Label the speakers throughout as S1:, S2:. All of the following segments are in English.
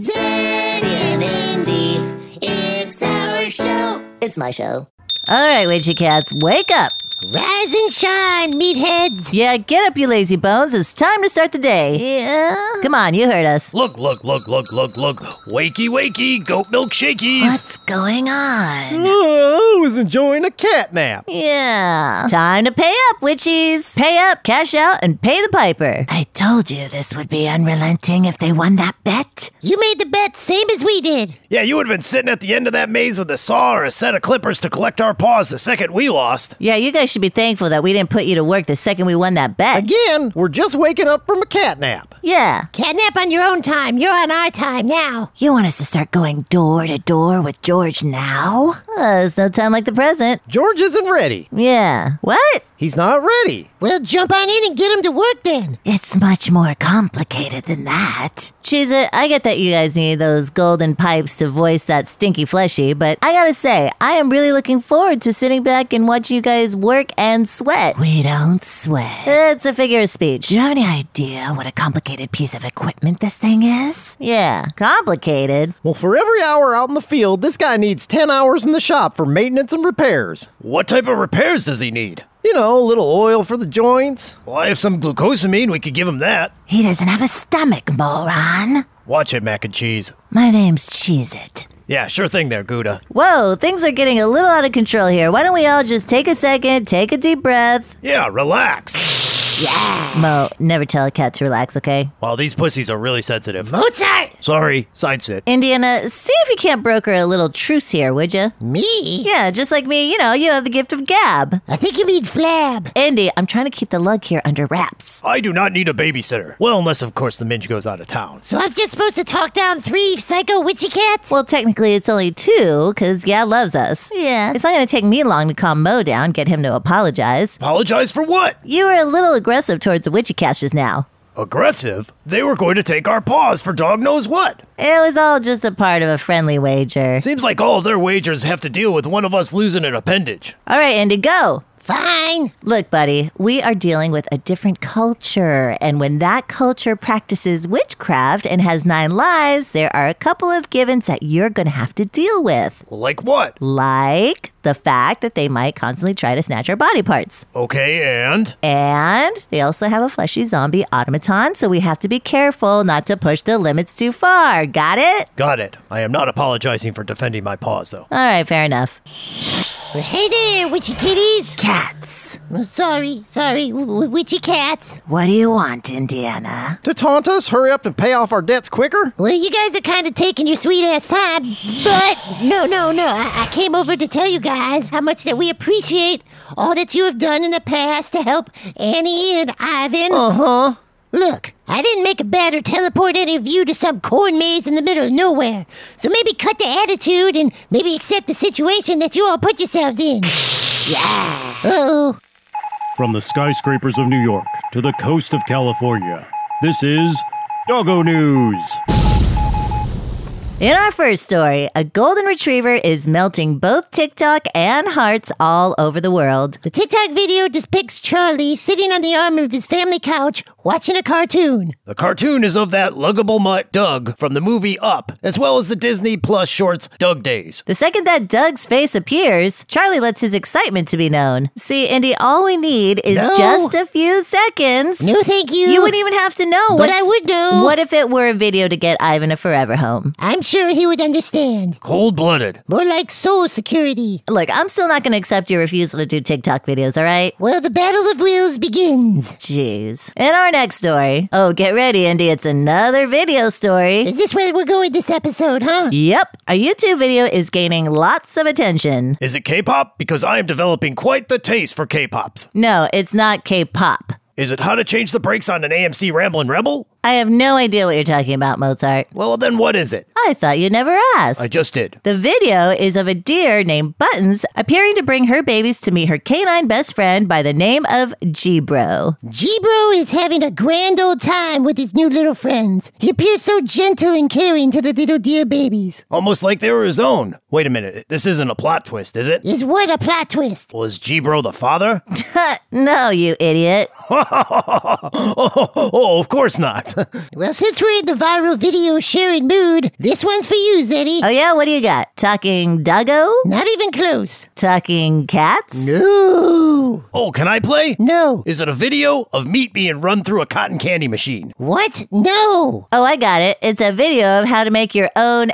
S1: Zed and Andy, it's our show. It's my show.
S2: All right, witchy cats, wake up.
S1: Rise and shine, meatheads.
S2: Yeah, get up, you lazy bones. It's time to start the day.
S1: Yeah.
S2: Come on, you heard us.
S3: Look, look, look, look, look, look. Wakey, wakey, goat milk shakies.
S2: What's going on?
S4: Oh, I was enjoying a cat nap.
S2: Yeah. Time to pay up, witches. Pay up, cash out, and pay the piper. I told you this would be unrelenting if they won that bet.
S1: You made the bet same as we did.
S3: Yeah, you would have been sitting at the end of that maze with a saw or a set of clippers to collect our paws the second we lost.
S2: Yeah, you guys should be thankful that we didn't put you to work the second we won that bet.
S4: Again, we're just waking up from a cat nap.
S2: Yeah.
S1: Can't nap on your own time. You're on our time now.
S2: You want us to start going door to door with George now? Uh, it's no time like the present.
S4: George isn't ready.
S2: Yeah. What?
S4: He's not ready.
S1: We'll jump on in and get him to work then.
S2: It's much more complicated than that. Cheese it, I get that you guys need those golden pipes to voice that stinky fleshy, but I gotta say, I am really looking forward to sitting back and watching you guys work and sweat. We don't sweat. It's a figure of speech. Do you have any idea what a complicated piece of equipment this thing is? Yeah, complicated.
S4: Well, for every hour out in the field, this guy needs 10 hours in the shop for maintenance and repairs.
S3: What type of repairs does he need?
S4: You know, a little oil for the joints.
S3: Well, I have some glucosamine. We could give him that.
S2: He doesn't have a stomach, moron.
S3: Watch it, mac and cheese.
S2: My name's Cheese It.
S3: Yeah, sure thing there, Gouda.
S2: Whoa, things are getting a little out of control here. Why don't we all just take a second, take a deep breath?
S3: Yeah, relax.
S2: Mo, never tell a cat to relax, okay?
S3: Wow, these pussies are really sensitive.
S1: Mozart!
S3: Sorry, side sit.
S2: Indiana, see if you can't broker a little truce here, would you?
S1: Me?
S2: Yeah, just like me, you know, you have the gift of gab.
S1: I think you mean flab.
S2: Andy, I'm trying to keep the lug here under wraps.
S3: I do not need a babysitter. Well, unless, of course, the minge goes out of town.
S1: So I'm just supposed to talk down three psycho witchy cats?
S2: Well, technically, it's only two, because Gab loves us. Yeah. It's not going to take me long to calm Mo down, get him to apologize.
S3: Apologize for what?
S2: You were a little aggressive towards the witchy cats just now.
S3: Aggressive? They were going to take our paws for dog knows what.
S2: It was all just a part of a friendly wager.
S3: Seems like all of their wagers have to deal with one of us losing an appendage.
S2: All right, Andy, go.
S1: Fine.
S2: Look, buddy, we are dealing with a different culture. And when that culture practices witchcraft and has nine lives, there are a couple of givens that you're going to have to deal with.
S3: Like what?
S2: Like the fact that they might constantly try to snatch our body parts.
S3: Okay, and?
S2: And they also have a fleshy zombie automaton, so we have to be careful not to push the limits too far. Got it?
S3: Got it. I am not apologizing for defending my paws, though.
S2: All right, fair enough.
S1: Well, hey there, witchy kitties.
S2: Cats,
S1: Oh, Sorry, sorry, w- w- witchy cats.
S2: what do you want, Indiana?
S4: To taunt us, hurry up and pay off our debts quicker?
S1: Well, you guys are kind of taking your sweet ass time, but no, no, no. I, I came over to tell you guys how much that we appreciate all that you have done in the past to help Annie and Ivan.
S4: Uh huh.
S1: Look, I didn't make a bet or teleport any of you to some corn maze in the middle of nowhere. So maybe cut the attitude and maybe accept the situation that you all put yourselves in. yeah. Oh,
S5: From the skyscrapers of New York to the coast of California, this is Doggo News.
S2: In our first story, a golden retriever is melting both TikTok and hearts all over the world.
S1: the TikTok video depicts Charlie sitting on the arm of his family couch watching a cartoon.
S3: The cartoon is of that luggable mutt Doug from the movie Up, as well as the Disney Plus shorts Doug Days.
S2: The second that Doug's face appears, Charlie lets his excitement to be known. See, Andy, all we need is
S1: No.
S2: just a few seconds.
S1: No, thank you.
S2: You wouldn't even have to know.
S1: But I would know.
S2: What if it were a video to get Ivan a forever home?
S1: I'm sure he would understand.
S3: Cold blooded.
S1: More like soul security.
S2: Look, I'm still not going to accept your refusal to do TikTok videos, all right?
S1: Well, the battle of wills begins.
S2: Jeez. In our next story, oh, get ready, Andy. It's another video story.
S1: Is this where we're going this episode, huh?
S2: Yep, a YouTube video is gaining lots of attention.
S3: Is it K pop? Because I am developing quite the taste for K pops.
S2: No, it's not K pop.
S3: Is it how to change the brakes on an AMC Ramblin' Rebel?
S2: I have no idea what you're talking about, Mozart.
S3: Well, then what is it?
S2: I thought you never asked.
S3: I just did.
S2: the video is of a deer named Buttons appearing to bring her babies to meet her canine best friend by the name of Jibro.
S1: Jibro is having a grand old time with his new little friends. He appears so gentle and caring to the little dear babies.
S3: Almost like they were his own. Wait a minute. This isn't a plot twist, is it?
S1: Is what a plot twist.
S3: Was G Bro the father?
S2: no, you idiot.
S3: oh, of course not.
S1: Well, since we're in the viral video sharing mood, this one's for you, Zeddy.
S2: Oh, yeah? What do you got? Talking doggo?
S1: Not even close.
S2: Talking cats?
S1: Ooh.
S3: Oh, can I play?
S1: No.
S3: Is it a video of meat being run through a cotton candy machine?
S1: What? No.
S2: Oh, I got it. It's a video of how to make your own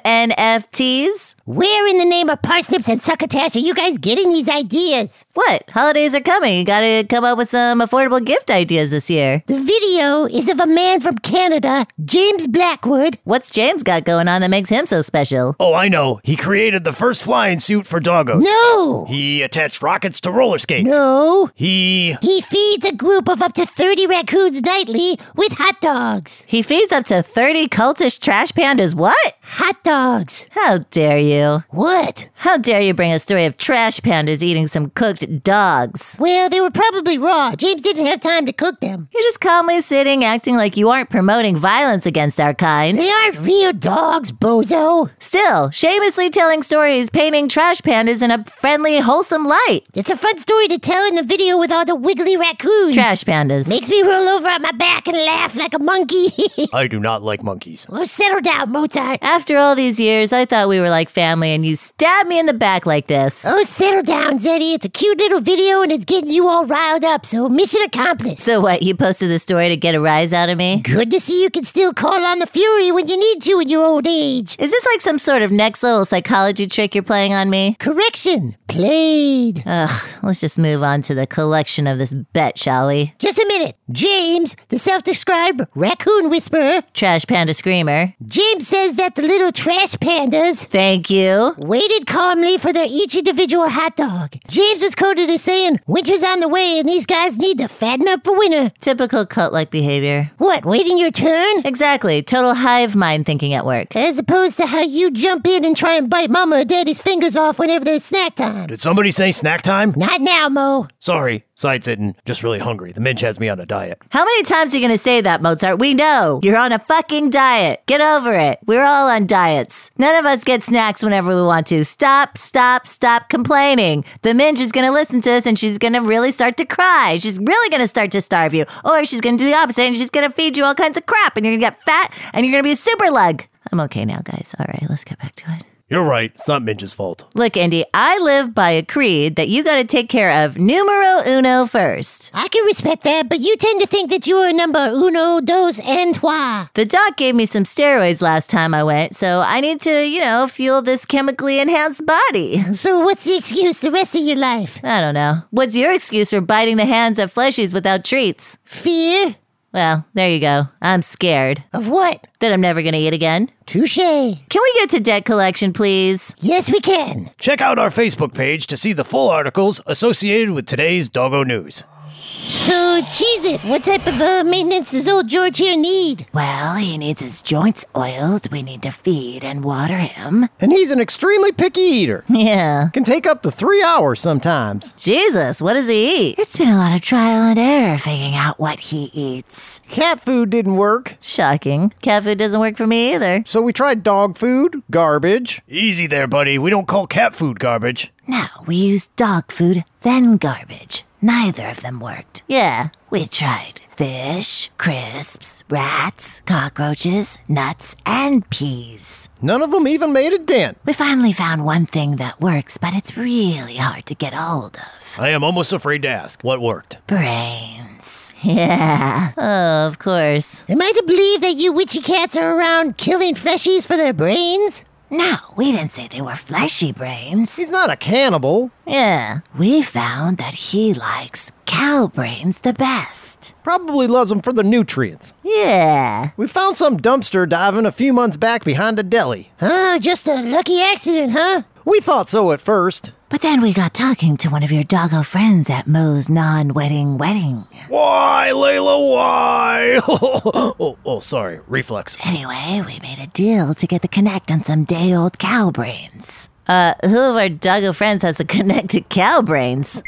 S2: NFTs.
S1: Where in the name of parsnips and succotash are you guys getting these ideas?
S2: What? Holidays are coming. You gotta come up with some affordable gift ideas this year.
S1: The video is of a man from Canada, James Blackwood.
S2: What's James got going on that makes him so special?
S3: Oh, I know. He created the first flying suit for doggos.
S1: No.
S3: He attached rockets to roller skates.
S1: No.
S3: He.
S1: He feeds a group of up to 30 raccoons nightly with hot dogs.
S2: He feeds up to 30 cultish trash pandas. What?
S1: Hot dogs.
S2: How dare you?
S1: What?
S2: How dare you bring a story of trash pandas eating some cooked dogs?
S1: Well, they were probably raw. James didn't have time to cook them.
S2: You're just calmly sitting, acting like you aren't promoting violence against our kind.
S1: They aren't real dogs, bozo.
S2: Still, shamelessly telling stories, painting trash pandas in a friendly, wholesome light.
S1: It's a fun story to tell in the video with all the wiggly raccoons.
S2: Trash pandas.
S1: Makes me roll over on my back and laugh like a monkey.
S3: I do not like monkeys.
S1: well, Oh, settle down, Mozart.
S2: After all these years, I thought we were like family, and you stabbed me in the back like this.
S1: Oh, settle down, Zeddy. It's a cute little video and it's getting you all riled up, so mission accomplished.
S2: So what? You posted the story to get a rise out of me?
S1: Good to see you can still call on the fury when you need to in your old age.
S2: Is this like some sort of next level psychology trick you're playing on me?
S1: Correction, played. Uh,
S2: Ugh, let's just move on to the collection of this bet, shall we?
S1: Just a minute. James, the self described raccoon whisperer,
S2: Trash Panda Screamer.
S1: James says that the little trash pandas
S2: Thank you.
S1: waited calmly for their each individual hot dog. James was quoted as saying, Winter's on the way and these guys need to fatten up for winter.
S2: Typical cult like behavior.
S1: What, waiting your turn?
S2: Exactly. Total hive mind thinking at work.
S1: As opposed to how you jump in and try and bite mama or daddy's fingers off whenever there's snack time.
S3: Did somebody say snack time?
S1: Not now, Mo.
S3: Sorry, sitting. Just really hungry. The minch has me on a diet.
S2: How many times are you going to say that, Mozart? We know. You're on a fucking diet. Get over it. We're all on diets. None of us get snacks whenever we want to. Stop, stop, stop complaining. The Minge is going to listen to us and she's going to really start to cry. She's really going to start to starve you. Or she's going to do the opposite and she's going to feed you all kinds of crap and you're going to get fat and you're going to be a super lug. I'm okay now, guys. All right, let's get back to it.
S3: You're right. It's not Minch's fault.
S2: Look, Andy, I live by a creed that you got to take care of numero uno first.
S1: I can respect that, but you tend to think that you are number uno, dos, and trois.
S2: The doc gave me some steroids last time I went, so I need to, you know, fuel this chemically enhanced body.
S1: So what's the excuse the rest of your life?
S2: I don't know. What's your excuse for biting the hands of fleshies without treats?
S1: Fear?
S2: Well, there you go. I'm scared
S1: Of what?
S2: that I'm never going to eat again.
S1: Touche.
S2: Can we get to debt collection, please?
S1: Yes, we can.
S3: Check out our Facebook page to see the full articles associated with today's doggo news.
S1: So, cheese it. What type of uh, maintenance does old George here need?
S2: Well, he needs his joints oiled. We need to feed and water him.
S4: And he's an extremely picky eater.
S2: Yeah.
S4: Can take up to three hours sometimes.
S2: Jesus, what does he eat? It's been a lot of trial and error figuring out what he eats.
S4: Cat food didn't work,
S2: Shocking. Cat food doesn't work for me either.
S4: so we tried dog food, garbage.
S3: Easy there, buddy. We don't call cat food garbage.
S2: No, we used dog food, then garbage. Neither of them worked. Yeah. We tried fish, crisps, rats, cockroaches, nuts, and peas.
S4: None of them even made a dent.
S2: We finally found one thing that works, but it's really hard to get hold of.
S3: I am almost afraid to ask what worked.
S2: Brains. Yeah. Oh, of course.
S1: Am I to believe that you witchy cats are around killing fleshies for their brains?
S2: No, we didn't say they were fleshy brains.
S4: He's not a cannibal.
S2: Yeah. We found that he likes cow brains the best.
S4: Probably loves them for the nutrients.
S2: Yeah.
S4: We found some dumpster diving a few months back behind a deli.
S1: Oh, just a lucky accident, huh?
S4: We thought so at first.
S2: But then we got talking to one of your doggo friends at Moe's non wedding wedding.
S3: Why, Layla? Why? oh, oh, sorry. Reflex.
S2: Anyway, we made a deal to get the connect on some day old cow brains. Uh, who of our doggo friends has a connect to cow brains?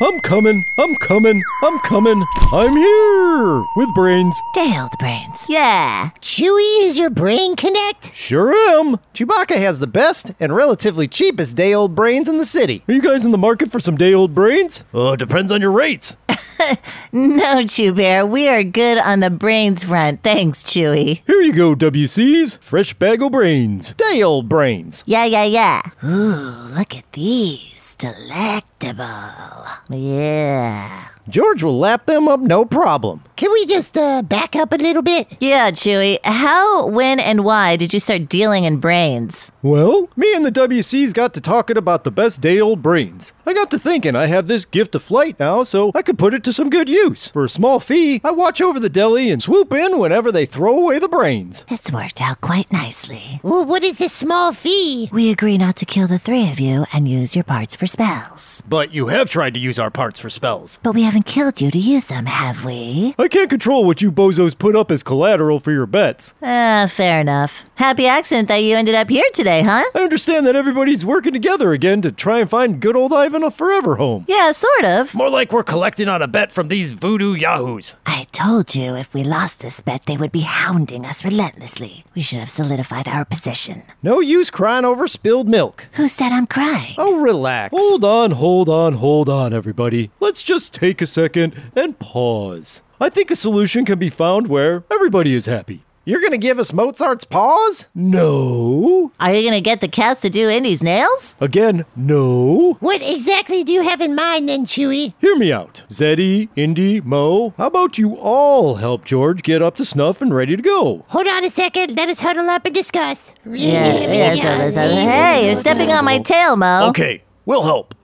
S4: I'm coming. I'm coming. I'm coming. I'm here with brains.
S2: Dale the brains. Yeah.
S1: Chewy is your brain connect?
S4: Sure am. Chewbacca has the best and relatively cheapest day old brains in the city. Are you guys in the market for some day old brains? Uh,
S3: Oh, depends on your rates.
S2: No, Chew Bear, we are good on the brains front. Thanks, Chewy.
S4: Here you go, WC's. Fresh bag of brains. Day old brains.
S2: Yeah, yeah, yeah. Ooh, look at these. Delectable. Yeah.
S4: George will lap them up no problem.
S1: Can we just uh, back up a little bit?
S2: Yeah, Chewy. How, when, and why did you start dealing in brains?
S4: Well, me and the WC's got to talking about the best day old brains. I got to thinking I have this gift of flight now, so I could put it to some good use. For a small fee, I watch over the deli and swoop in whenever they throw away the brains.
S2: It's worked out quite nicely.
S1: Ooh, what is this small fee?
S2: We agree not to kill the three of you and use your parts for spells.
S3: But you have tried to use our parts for spells.
S2: But we haven't killed you to use them, have we?
S4: I can't control what you bozos put up as collateral for your bets.
S2: Ah, fair enough. Happy accident that you ended up here today, huh?
S4: I understand that everybody's working together again to try and find good old Ivan a forever home.
S2: Yeah, sort of.
S3: More like we're collecting on a bet from these voodoo yahoos.
S2: I told you if we lost this bet, they would be hounding us relentlessly. We should have solidified our position.
S4: No use crying over spilled milk.
S2: Who said I'm crying?
S4: Oh, relax. Hold on, hold on, hold on, everybody. Let's just take a second and pause. I think a solution can be found where everybody is happy.
S3: You're gonna give us Mozart's paws?
S4: No.
S2: Are you gonna get the cats to do Indy's nails?
S4: Again, no.
S1: What exactly do you have in mind then, Chewy?
S4: Hear me out. Zeddy, Indy, Mo, how about you all help George get up to snuff and ready to go?
S1: Hold on a second. Let us huddle up and discuss.
S2: Hey, you're stepping on my tail, Mo.
S3: Okay, we'll help.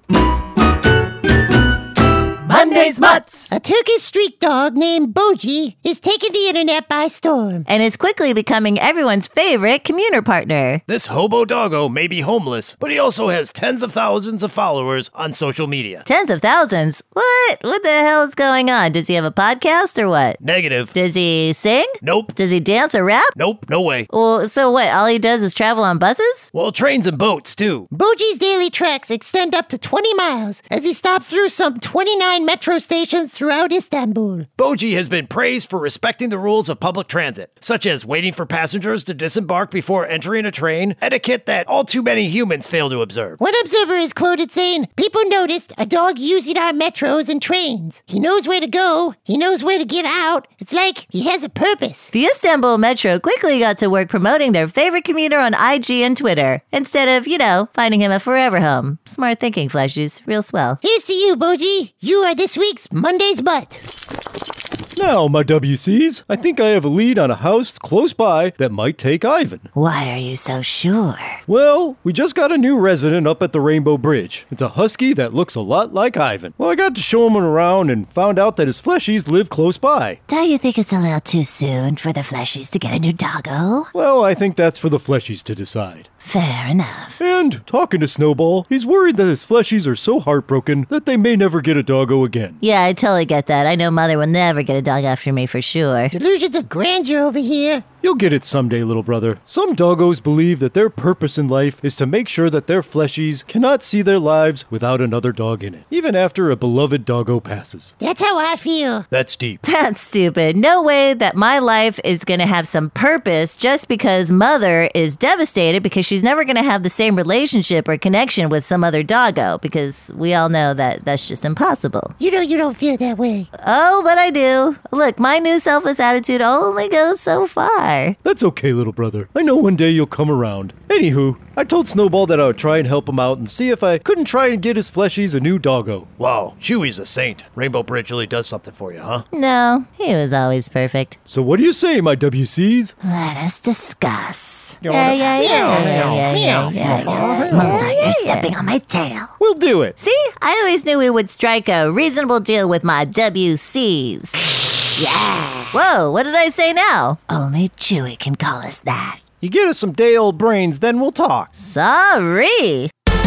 S2: Monday's Mutts!
S1: A Turkish street dog named Boji is taking the internet by storm.
S2: And is quickly becoming everyone's favorite commuter partner.
S3: This hobo doggo may be homeless, but he also has tens of thousands of followers on social media.
S2: Tens of thousands. What? What the hell is going on? Does he have a podcast or what?
S3: Negative.
S2: Does he sing?
S3: Nope.
S2: Does he dance or rap?
S3: Nope. No way.
S2: Well, so what? All he does is travel on buses?
S3: Well, trains and boats, too.
S1: Boji's daily treks extend up to 20 miles as he stops through some 29 metro stations throughout Istanbul.
S3: Boji has been praised for respecting the rules of public transit, such as waiting for passengers to disembark before entering a train, etiquette that all too many humans fail to observe.
S1: One observer is quoted saying, People noticed a dog using our metros and trains. He knows where to go, he knows where to get out. It's like he has a purpose.
S2: The Istanbul Metro quickly got to work promoting their favorite commuter on IG and Twitter, instead of, you know, finding him a forever home. Smart thinking, Fleshies. Real swell.
S1: Here's to you, Boji. You are this week's Monday's Butt.
S4: Now, my WCs, I think I have a lead on a house close by that might take Ivan.
S2: Why are you so sure?
S4: Well, we just got a new resident up at the Rainbow Bridge. It's a husky that looks a lot like Ivan. Well, I got to show him around and found out that his fleshies live close by.
S2: Do you think it's a little too soon for the fleshies to get a new doggo?
S4: Well, I think that's for the fleshies to decide.
S2: Fair enough.
S4: And, talking to Snowball, he's worried that his fleshies are so heartbroken that they may never get a doggo again.
S2: Yeah, I totally get that. I know Mother will never get a dog after me for sure.
S1: Delusions of grandeur over here.
S4: You'll get it someday, little brother. Some doggos believe that their purpose in life is to make sure that their fleshies cannot see their lives without another dog in it, even after a beloved doggo passes.
S1: That's how I feel.
S3: That's deep.
S2: That's stupid. No way that my life is going to have some purpose just because Mother is devastated because she's never going to have the same relationship or connection with some other doggo because we all know that that's just impossible.
S1: You know you don't feel that way.
S2: Oh, but I do. Look, my new selfless attitude only goes so far.
S4: That's okay, little brother. I know one day you'll come around. Anywho, I told Snowball that I would try and help him out and see if I couldn't try and get his fleshies a new doggo.
S3: Wow, Chewy's a saint. Rainbow Bridge really does something for you, huh?
S2: No, he was always perfect.
S4: So what do you say, my WCs?
S2: Let us discuss. Yeah, yeah, yeah, yeah, yeah, yeah, yeah, yeah. Mozart, you're stepping on my tail.
S4: We'll do it.
S2: See, I always knew we would strike a reasonable deal with my WCs. yeah. Whoa, what did I say now? Oh, Only Chewy can call us that.
S4: You get us some day old brains, then we'll talk.
S2: Sorry.
S3: Breed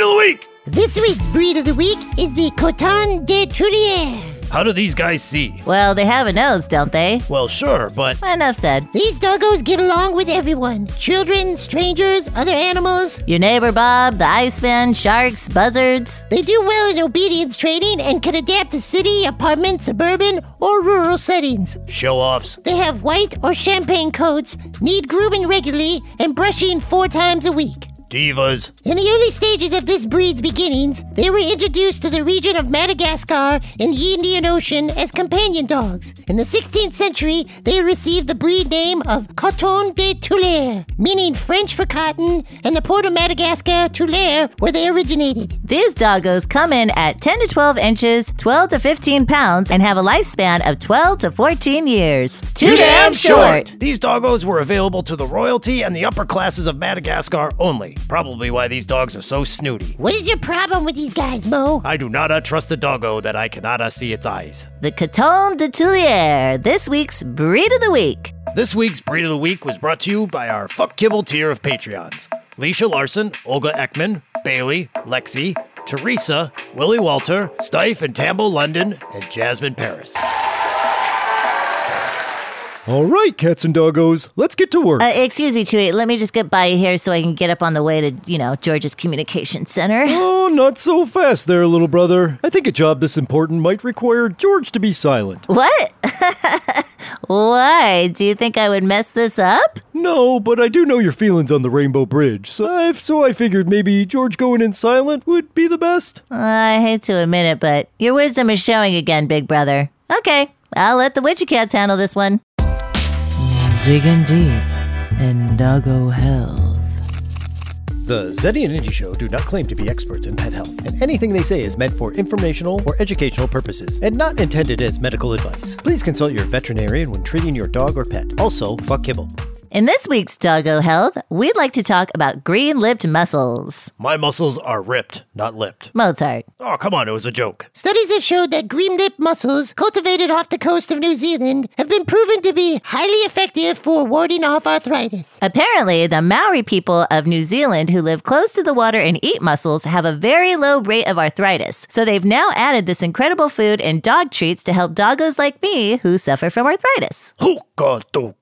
S3: of the week!
S1: This week's breed of the week is the Coton de Trurier.
S3: How do these guys see?
S2: Well, they have a nose, don't they?
S3: Well, sure, but
S2: Enough said.
S1: These doggos get along with everyone children, strangers, other animals.
S2: Your neighbor Bob, the Iceman, sharks, buzzards.
S1: They do well in obedience training and can adapt to city, apartment, suburban, or rural settings.
S3: show offs.
S1: They have white or champagne coats, need grooming regularly, and brushing four times a week.
S3: Divas.
S1: In the early stages of this breed's beginnings, they were introduced to the region of Madagascar and the Indian Ocean as companion dogs. In the 16th century, they received the breed name of Coton de Tulare, meaning French for cotton, and the port of Madagascar, Tulare, where they originated.
S2: These doggos come in at 10 to 12 inches, 12 to 15 pounds, and have a lifespan of 12 to 14 years. Too
S3: These doggos were available to the royalty and the upper classes of Madagascar only. Probably why these dogs are so snooty.
S1: What is your problem with these guys, Mo?
S3: I do not uh, trust a doggo that I cannot uh, see its eyes.
S2: The Coton de Tulier, this week's breed of the week.
S3: This week's Breed of the Week was brought to you by our Fuck Kibble tier of Patreons Leisha Larson, Olga Ekman, Bailey, Lexi, Teresa, Willie Walter, Stife and Tambo London, and Jasmine Paris.
S4: All right, cats and doggos, let's get to work.
S2: Uh, excuse me, Chewy. Let me just get by you here so I can get up on the way to, you know, George's communication center.
S4: oh, not so fast there, little brother. I think a job this important might require George to be silent.
S2: What? Why? Do you think I would mess this up?
S4: No, but I do know your feelings on the Rainbow Bridge, so I, so I figured maybe George going in silent would be the best.
S2: I hate to admit it, but your wisdom is showing again, big brother. Okay, I'll let the witchy cats handle this one. Digging deep in doggo health.
S4: The Zeddy and Indy Show do not claim to be experts in pet health, and anything they say is meant for informational or educational purposes and not intended as medical advice. Please consult your veterinarian when treating your dog or pet. Also, fuck kibble.
S2: In this week's doggo health, we'd like to talk about green-lipped mussels.
S3: My muscles are ripped, not lipped.
S2: Mozart.
S3: Oh, come on, it was a joke.
S1: Studies have showed that green lip mussels, cultivated off the coast of New Zealand, have been proven to be highly effective for warding off arthritis.
S2: Apparently, the Maori people of New Zealand who live close to the water and eat mussels have a very low rate of arthritis. So they've now added this incredible food and dog treats to help doggos like me who suffer from arthritis.
S3: Hookah, dookah,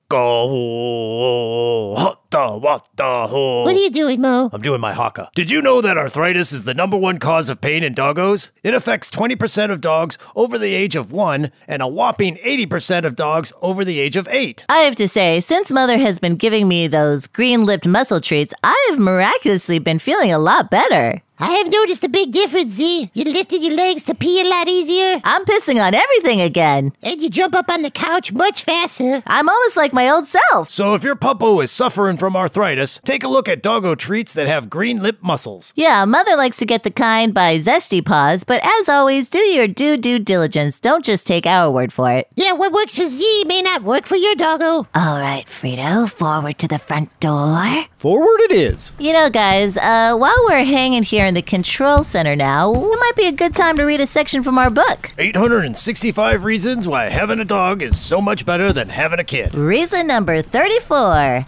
S3: hoo, hotta, watta, hoo.
S1: What are you doing, Mo?
S3: I'm doing my haka. Did you know that arthritis is the number one cause of pain in doggos? It affects 20% of dogs over the age of one and a whopping 80% of dogs over the age of eight.
S2: I have to say, since mother has been giving me those green lipped mussel treats, I've miraculously been feeling a lot better.
S1: I have noticed a big difference, Z. You lifted your legs to pee a lot easier,
S2: I'm pissing on everything again.
S1: and you jump up on the couch much faster.
S2: I'm almost like my old self.
S3: So if your puppo is suffering from arthritis, take a look at doggo treats that have green lip muscles.
S2: Yeah, mother likes to get the kind by Zesty Paws, but as always, do your due due diligence. Don't just take our word for it.
S1: Yeah, what works for Z may not work for your doggo.
S2: All right, Frito, forward to the front door.
S4: Forward it is.
S2: You know, guys, uh, while we're hanging here in the control center now, it might be a good time to read a section from our book.
S3: 865 reasons why having a dog is so much better than having a kid.
S2: Reason number 34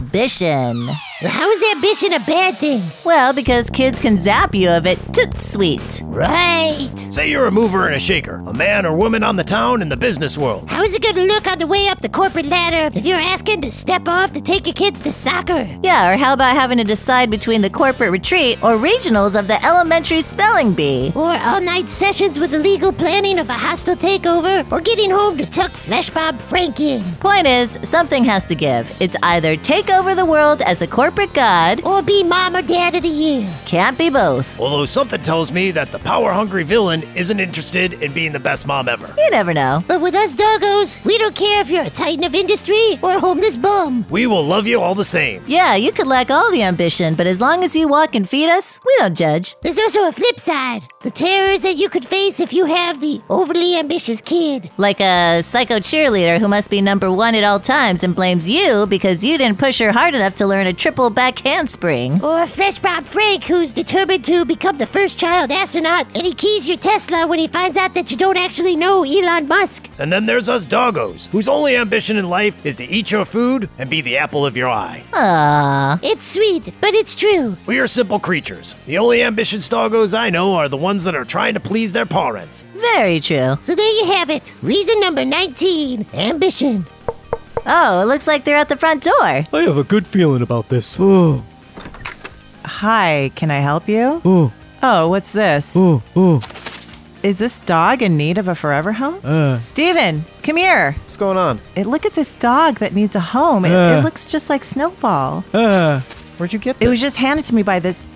S2: Ambition.
S1: How is ambition a bad thing?
S2: Well, because kids can zap you of it toot sweet.
S1: Right.
S3: Say you're a mover and a shaker, a man or woman on the town in the business world.
S1: How is it gonna look on the way up the corporate ladder if you're asking to step off to take your kids to soccer?
S2: Yeah, or how about having to decide between the corporate retreat or regionals of the elementary spelling bee?
S1: Or all night sessions with the legal planning of a hostile takeover, or getting home to tuck Flesh Bob Frank in,
S2: Point is, something has to give. It's either take over the world as a corporate god,
S1: or be mom or dad of the year.
S2: can't be both.
S3: Although something tells me that the power hungry villain isn't interested in being the best mom ever.
S2: You never know.
S1: But with us doggos, we don't care if you're a titan of industry or a homeless bum.
S3: We will love you all the same.
S2: Yeah, you could lack all the ambition, but as long as you walk and feed us, we don't judge.
S1: There's also a flip side the terrors that you could face if you have the overly ambitious kid.
S2: Like a psycho cheerleader who must be number one at all times and blames you because you didn't push her hard enough to learn a triple back handspring.
S1: Or Flesh Bob Frank, who's determined to become the first child astronaut, and he keys your Tesla when he finds out that you don't actually know Elon Musk.
S3: And then there's us doggos, whose only ambition in life is to eat your food and be the apple of your eye.
S2: Aww.
S1: It's sweet, but it's true.
S3: We are simple creatures. The only ambitious doggos I know are the ones ones that are trying to please their parents.
S2: Very true.
S1: So there you have it. Reason number 19 ambition.
S2: Oh, it looks like they're at the front door.
S4: I have a good feeling about this.
S6: Ooh. Hi, can I help you?
S7: Ooh,
S6: Oh, what's this?
S7: ooh, ooh.
S6: Is this dog in need of a forever home? Uh. Steven, come here.
S4: What's going on?
S6: Eh, Look at this dog that needs a home. It, it
S7: Uh.
S6: looks just like Snowball.
S7: Uh,
S4: Where'd you get this?
S6: It was just handed to me by this.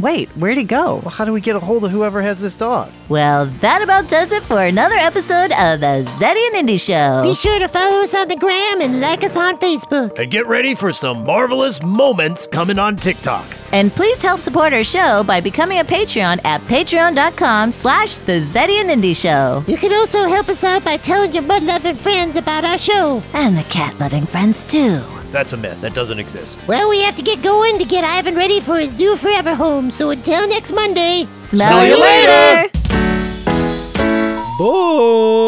S6: Wait, where'd he go?
S4: How do we get a hold of whoever has this dog?
S2: Well, that about does it for another episode of the Zeddy and Indy
S1: Be
S2: Show.
S1: sure to follow us on the gram and like us on Facebook.
S3: And get ready for some marvelous moments coming on TikTok.
S2: And please help support our show by becoming a Patreon at patreon.com slash the Zeddy and Indy Show.
S1: You can also help us out by telling your mud loving friends about our show.
S2: And the cat loving friends too.
S3: That's a myth. That doesn't exist.
S1: Well, we have to get going to get Ivan ready for his new forever home. So until next Monday,
S2: Smell, you later.
S4: Boy!